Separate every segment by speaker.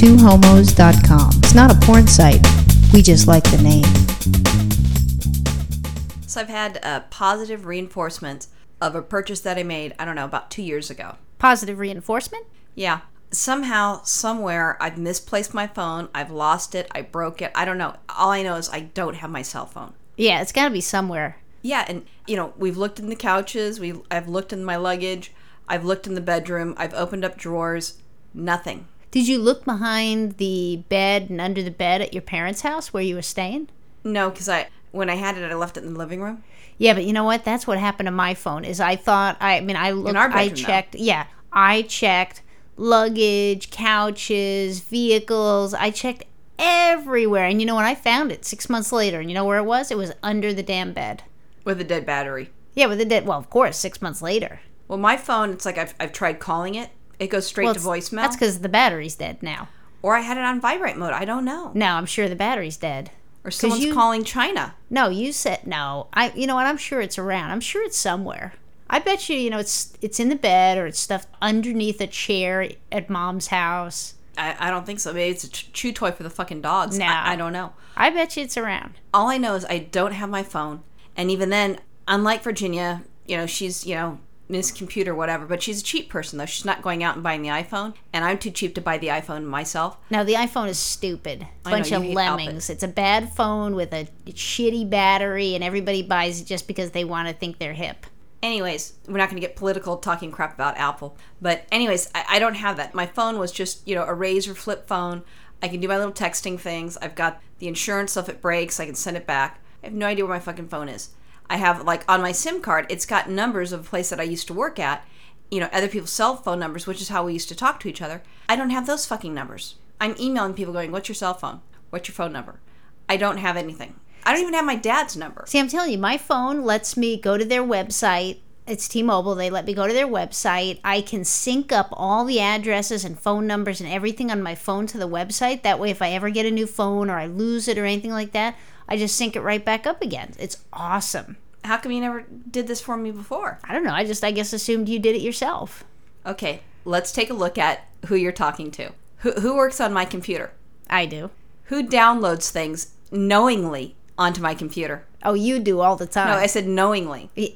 Speaker 1: twohomos.com. It's not a porn site. We just like the name.
Speaker 2: So I've had a positive reinforcement of a purchase that I made, I don't know, about two years ago.
Speaker 3: Positive reinforcement?
Speaker 2: Yeah. Somehow, somewhere, I've misplaced my phone. I've lost it. I broke it. I don't know. All I know is I don't have my cell phone.
Speaker 3: Yeah, it's got to be somewhere.
Speaker 2: Yeah, and you know, we've looked in the couches. We I've looked in my luggage. I've looked in the bedroom. I've opened up drawers. Nothing.
Speaker 3: Did you look behind the bed and under the bed at your parents' house where you were staying?
Speaker 2: No, because I when I had it, I left it in the living room.
Speaker 3: Yeah, but you know what? That's what happened to my phone. Is I thought I, I mean I looked,
Speaker 2: our
Speaker 3: I
Speaker 2: bedroom, though.
Speaker 3: checked. Yeah, I checked luggage, couches, vehicles. I checked everywhere, and you know what? I found it six months later, and you know where it was? It was under the damn bed.
Speaker 2: with a dead battery.
Speaker 3: Yeah, with the dead. Well, of course, six months later.
Speaker 2: Well, my phone, it's like I've, I've tried calling it. It goes straight
Speaker 3: Well,
Speaker 2: to
Speaker 3: it's-
Speaker 2: voicemail.
Speaker 3: That's because the battery's dead now.
Speaker 2: or I had it on vibrate mode. I don't know.
Speaker 3: No, I'm sure the battery's dead.
Speaker 2: Or someone's
Speaker 3: you-
Speaker 2: calling China.
Speaker 3: No, you said no. I you know what? I'm sure it's around. I'm sure it's somewhere. I bet you, you know, it's it's in the bed or it's stuffed underneath a chair at mom's house.
Speaker 2: I, I don't think so. Maybe it's a ch- chew toy for the fucking dogs.
Speaker 3: No.
Speaker 2: I, I don't know.
Speaker 3: I bet you it's around.
Speaker 2: All I know is I don't have my phone. And even then, unlike Virginia, you know, she's, you know, Miss Computer, whatever, but she's a cheap person, though. She's not going out and buying the iPhone. And I'm too cheap to buy the iPhone myself.
Speaker 3: No, the iPhone is stupid.
Speaker 2: I know,
Speaker 3: Bunch
Speaker 2: you
Speaker 3: of
Speaker 2: hate
Speaker 3: lemmings. It's a bad phone with a shitty battery and everybody buys it just because they want to think they're hip.
Speaker 2: anyways, we're not going to get political talking crap about Apple. But anyways, I, I don't have that. My phone was just you know a razor flip phone. I can do my little texting things. I've got the insurance stuff. It breaks. I can send it back. I have no idea where my fucking phone is. I have like on my SIM card, it's got numbers of a place that I used to work at. You know, other people's cell phone numbers, which is how we used to talk to each other. I don't have those fucking numbers. I'm emailing people going, "What's your cell phone? What's your phone number?" I don't have anything. I don't even have my dad's number.
Speaker 3: See, I'm telling you, my phone lets me go to their website. It's T-Mobile. They let me go to their website. I can sync up all the addresses and phone numbers and everything on my phone to the website. That way, if I ever get a new phone or I lose it or anything like that, I just sync it right back up again. It's awesome.
Speaker 2: How come you never did this for me before?
Speaker 3: I don't know. I just, I guess, assumed you did it yourself.
Speaker 2: Okay, let's take a look at who you're talking to. Who, who works on my computer?
Speaker 3: I do.
Speaker 2: Who downloads things knowingly onto my computer?
Speaker 3: Oh, you do all the
Speaker 2: No, I
Speaker 3: time.
Speaker 2: said knowingly.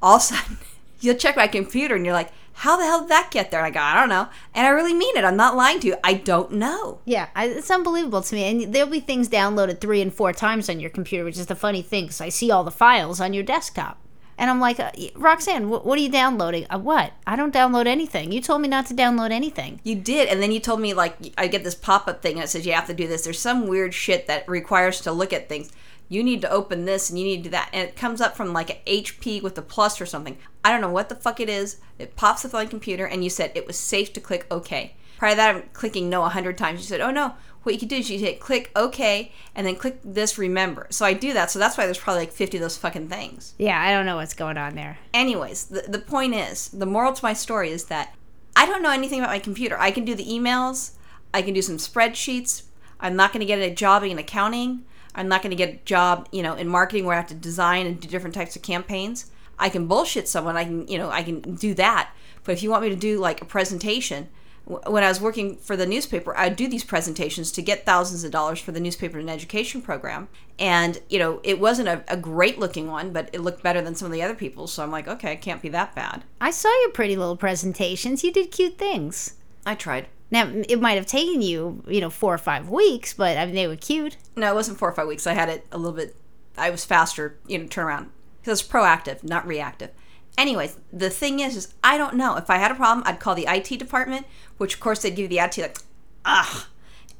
Speaker 2: All of a sudden, you'll check my computer and you're like, how the hell did that get there? And I go, I don't know. And I really mean it. I'm not lying to you. I don't know.
Speaker 3: yeah, I, it's unbelievable to me. And there'll be things downloaded three and four times on your computer, which is the funny thing, 'cause I see all the files on your desktop. And I'm like, uh, Roxanne, wh- what are you downloading? Uh, what? I don't download anything. You told me not to download anything.
Speaker 2: You did. And then you told me, like, I get this pop up thing and it says you have to do this. There's some weird shit that requires to look at things. You need to open this and you need to do that. And it comes up from like a HP with a plus or something. I don't know what the fuck it is. It pops up on my computer and you said it was safe to click OK. Prior to that, I'm clicking no a 100 times. You said, oh no. What you could do is you hit click OK and then click this remember. So I do that. So that's why there's probably like 50 of those fucking things.
Speaker 3: Yeah, I don't know what's going on there.
Speaker 2: Anyways, the, the point is, the moral to my story is that I don't know anything about my computer. I can do the emails, I can do some spreadsheets. I'm not going to get a job in accounting. I'm not going to get a job, you know, in marketing where I have to design and do different types of campaigns. I can bullshit someone. I can, you know, I can do that. But if you want me to do like a presentation, wh- when I was working for the newspaper, I'd do these presentations to get thousands of dollars for the newspaper and education program. And, you know, it wasn't a, a great looking one, but it looked better than some of the other people's. So I'm like, okay, it can't be that bad.
Speaker 3: I saw your pretty little presentations. You did cute things.
Speaker 2: I tried.
Speaker 3: Now, m- it might have taken you, you know, four or five weeks, but I mean, they were cute.
Speaker 2: No, it wasn't four or five weeks. I had it a little bit. I was faster, you know, turnaround because it's proactive, not reactive. Anyways, the thing is, is I don't know if I had a problem, I'd call the IT department, which of course they'd give you the attitude like, ugh,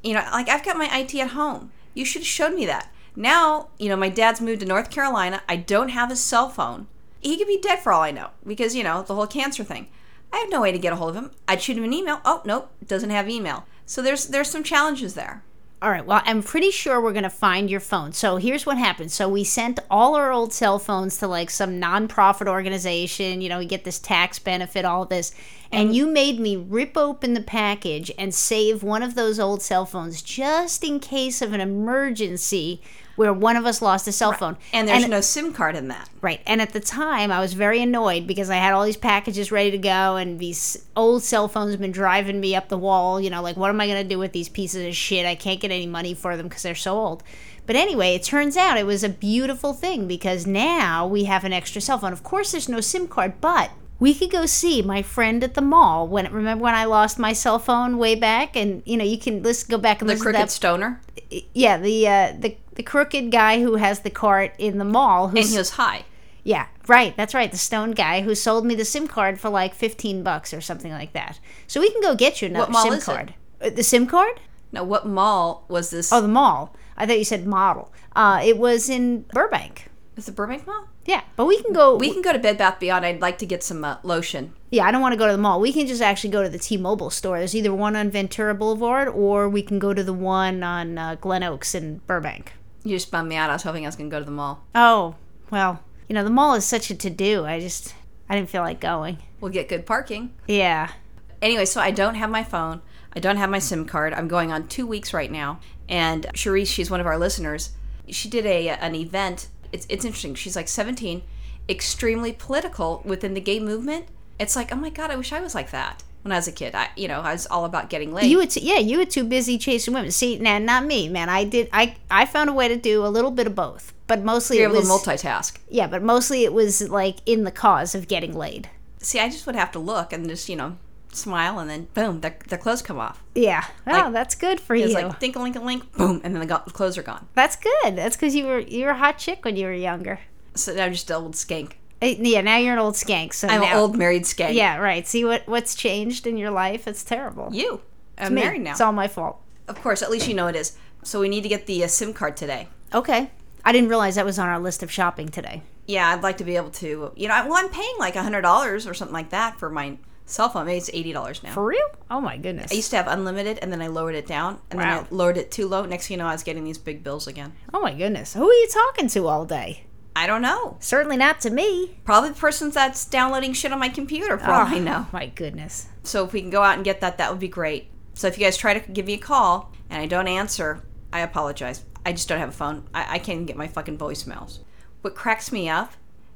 Speaker 2: you know, like I've got my IT at home. You should have showed me that. Now, you know, my dad's moved to North Carolina. I don't have his cell phone. He could be dead for all I know because you know the whole cancer thing. I have no way to get a hold of him. I'd shoot him an email. Oh nope, doesn't have email. So there's there's some challenges there.
Speaker 3: All right. Well, I'm pretty sure we're going to find your phone. So here's what happened. So we sent all our old cell phones to like some nonprofit organization. You know, we get this tax benefit, all this.
Speaker 2: Mm-hmm.
Speaker 3: And you made me rip open the package and save one of those old cell phones just in case of an emergency where one of us lost a cell phone.
Speaker 2: And there's no SIM card in that.
Speaker 3: Right. And at the time, I was very annoyed because I had all these packages ready to go, and these old cell phones have been driving me up the wall. You know, like, what am I going to do with these pieces of shit? I can't get any money for them because they're so old. But anyway, it turns out it was a beautiful thing because now we have an extra cell phone. Of course, there's no SIM card, but we could go see my friend at the mall when remember when I lost my cell phone way back and you know you can let's go back and
Speaker 2: The
Speaker 3: listen to
Speaker 2: crooked
Speaker 3: that
Speaker 2: stoner.
Speaker 3: yeah the uh, the the crooked guy who has the cart in the mall who's
Speaker 2: And he was high.
Speaker 3: yeah, right. That's right. The stone guy who sold me the SIM card for like 15 bucks or something like that. So we can go get you
Speaker 2: What
Speaker 3: another
Speaker 2: mall
Speaker 3: SIM
Speaker 2: is it?
Speaker 3: card. Uh, The SIM card?
Speaker 2: Now, what mall was this?
Speaker 3: Oh, the mall. I thought you said model. Uh, it was in Burbank.
Speaker 2: Is the Burbank Mall?
Speaker 3: Yeah, but we can go.
Speaker 2: We can go to Bed Bath Beyond. I'd like to get some uh, lotion.
Speaker 3: yeah, I don't want to go to the mall. We can just actually go to the T-Mobile store. There's either one on Ventura Boulevard or we can go to the one on uh, Glen Oaks in Burbank.
Speaker 2: You just bummed me out. I was hoping I was going to go to the mall.
Speaker 3: Oh, well, you know the mall is such a to-do. I just I didn't feel like going.
Speaker 2: We'll get good parking.
Speaker 3: Yeah,
Speaker 2: Anyway, so I don't have my phone. I don't have my SIM card. I'm going on two weeks right now. And Cherise, she's one of our listeners. She did a uh, an event. It's it's interesting. She's like 17, extremely political within the gay movement. It's like, oh my god, I wish I was like that when I was a kid. I you know I was all about getting laid.
Speaker 3: You were too, yeah, you were too busy chasing women. See, now not me, man. I did I I found a way to do a little bit of both, but mostly
Speaker 2: You're
Speaker 3: it
Speaker 2: able
Speaker 3: was
Speaker 2: to multitask.
Speaker 3: yeah, but mostly it was like in the cause of getting laid.
Speaker 2: See, I just would have to look and just you know smile, and then boom, their, their clothes come off.
Speaker 3: Yeah, wow, that's good for you.
Speaker 2: It's like think a link a link, boom, and then the go- clothes are gone.
Speaker 3: that's good. That's because you were you were a hot chick when you were younger.
Speaker 2: So now I'm just an old skank.
Speaker 3: Uh, Yeah, now you're an old skank. So
Speaker 2: I'm
Speaker 3: now,
Speaker 2: an old married skank.
Speaker 3: Yeah, right. See what what's changed in your life? It's terrible.
Speaker 2: you. I'm
Speaker 3: Me.
Speaker 2: married now.
Speaker 3: It's all my fault.
Speaker 2: Of course, at least you know it is. So we need to get the uh, SIM card today.
Speaker 3: Okay, I didn't realize that was on our list of shopping today.
Speaker 2: Yeah, I'd like to be able to, you know, I, well, I'm paying like $100 or something like that for my cell phone. Maybe it's $80 now.
Speaker 3: For real? Oh my goodness.
Speaker 2: I used to have unlimited and then I lowered it down and
Speaker 3: Wow.
Speaker 2: then I lowered it too low. Next thing you know, I was getting these big bills again.
Speaker 3: oh my goodness. Who are you talking to all day?
Speaker 2: I don't know.
Speaker 3: Certainly not to me.
Speaker 2: Probably the person that's downloading shit on my computer, for
Speaker 3: Oh,
Speaker 2: all I know.
Speaker 3: My goodness.
Speaker 2: So if we can go out and get that, that would be great. So if you guys try to give me a call and I don't answer, I apologize. I just don't have a phone. I, I can't even get my fucking voicemails. What cracks me up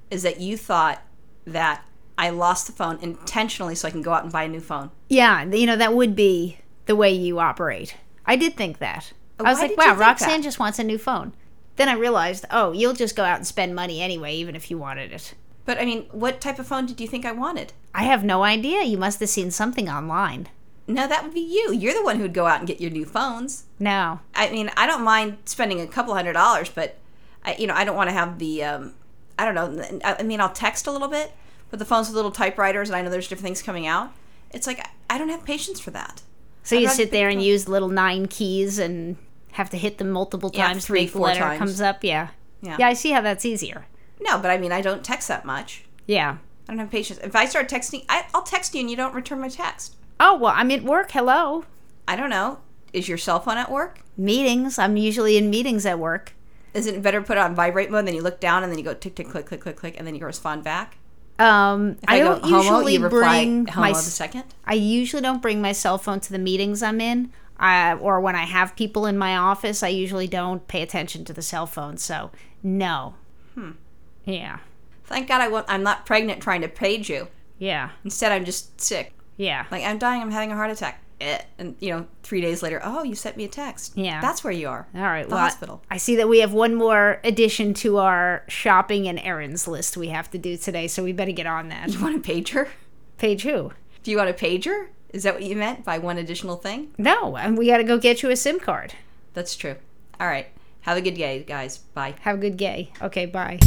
Speaker 2: is that you thought that I lost the phone intentionally so I can go out and buy a new phone.
Speaker 3: Yeah, you know, that would be the way you operate. I did think that. I was
Speaker 2: Why did
Speaker 3: like,
Speaker 2: you
Speaker 3: wow,
Speaker 2: think that?"
Speaker 3: Roxanne just wants a new phone. Then I realized, oh, you'll just go out and spend money anyway, even if you wanted it.
Speaker 2: But I mean, what type of phone did you think I wanted?
Speaker 3: I have no idea. You must have seen something online.
Speaker 2: No, that would be you. You're the one who'd go out and get your new phones.
Speaker 3: No.
Speaker 2: I mean, I don't mind spending a couple hundred dollars, but I, you know, I don't want to have the, um, I don't know. I, I mean, I'll text a little bit, but the phones with little typewriters, and I know there's different things coming out. It's like I- I don't have patience for that.
Speaker 3: So you
Speaker 2: rather
Speaker 3: sit there
Speaker 2: pick
Speaker 3: and
Speaker 2: up-
Speaker 3: use little nine keys and have to hit them multiple
Speaker 2: Yeah,
Speaker 3: times to
Speaker 2: three,
Speaker 3: make the
Speaker 2: four
Speaker 3: letter
Speaker 2: times.
Speaker 3: comes up. Yeah.
Speaker 2: Yeah.
Speaker 3: Yeah, I see how that's easier.
Speaker 2: No, but I mean, I don't text that much.
Speaker 3: Yeah.
Speaker 2: I don't have patience. If I start texting, I, I'll text you, and you don't return my text.
Speaker 3: Oh, well, I'm at work. Hello.
Speaker 2: I don't know. Is your cell phone at work?
Speaker 3: Meetings. I'm usually in meetings at work.
Speaker 2: Isn't it better to put it on vibrate mode? And then you look down, and then you go tick tick click click click click, and then you respond back.
Speaker 3: Um,
Speaker 2: If
Speaker 3: I, don't
Speaker 2: go homo,
Speaker 3: usually
Speaker 2: you reply
Speaker 3: bring
Speaker 2: homo
Speaker 3: my.
Speaker 2: the
Speaker 3: s-
Speaker 2: second.
Speaker 3: I usually don't bring my cell phone to the meetings I'm in, uh, or when I have people in my office. I usually don't pay attention to the cell phone, so no. Hmm. Yeah.
Speaker 2: Thank God I won't, I'm not pregnant trying to page you.
Speaker 3: Yeah.
Speaker 2: Instead, I'm just sick.
Speaker 3: Yeah.
Speaker 2: like i'm dying i'm having a heart attack Eh, and you know three days later oh you sent me a text
Speaker 3: Yeah.
Speaker 2: that's where you are
Speaker 3: All right.
Speaker 2: the
Speaker 3: well, I-
Speaker 2: hospital
Speaker 3: I see that we have one more addition to our shopping and errands list we have to do today, so we better get on that.
Speaker 2: you want a pager
Speaker 3: Page who?
Speaker 2: do you want a pager is that what you meant by one additional thing
Speaker 3: No, and we got to go get you a SIM card.
Speaker 2: that's true all right have a good day guys bye
Speaker 3: Have a good day. Okay, bye.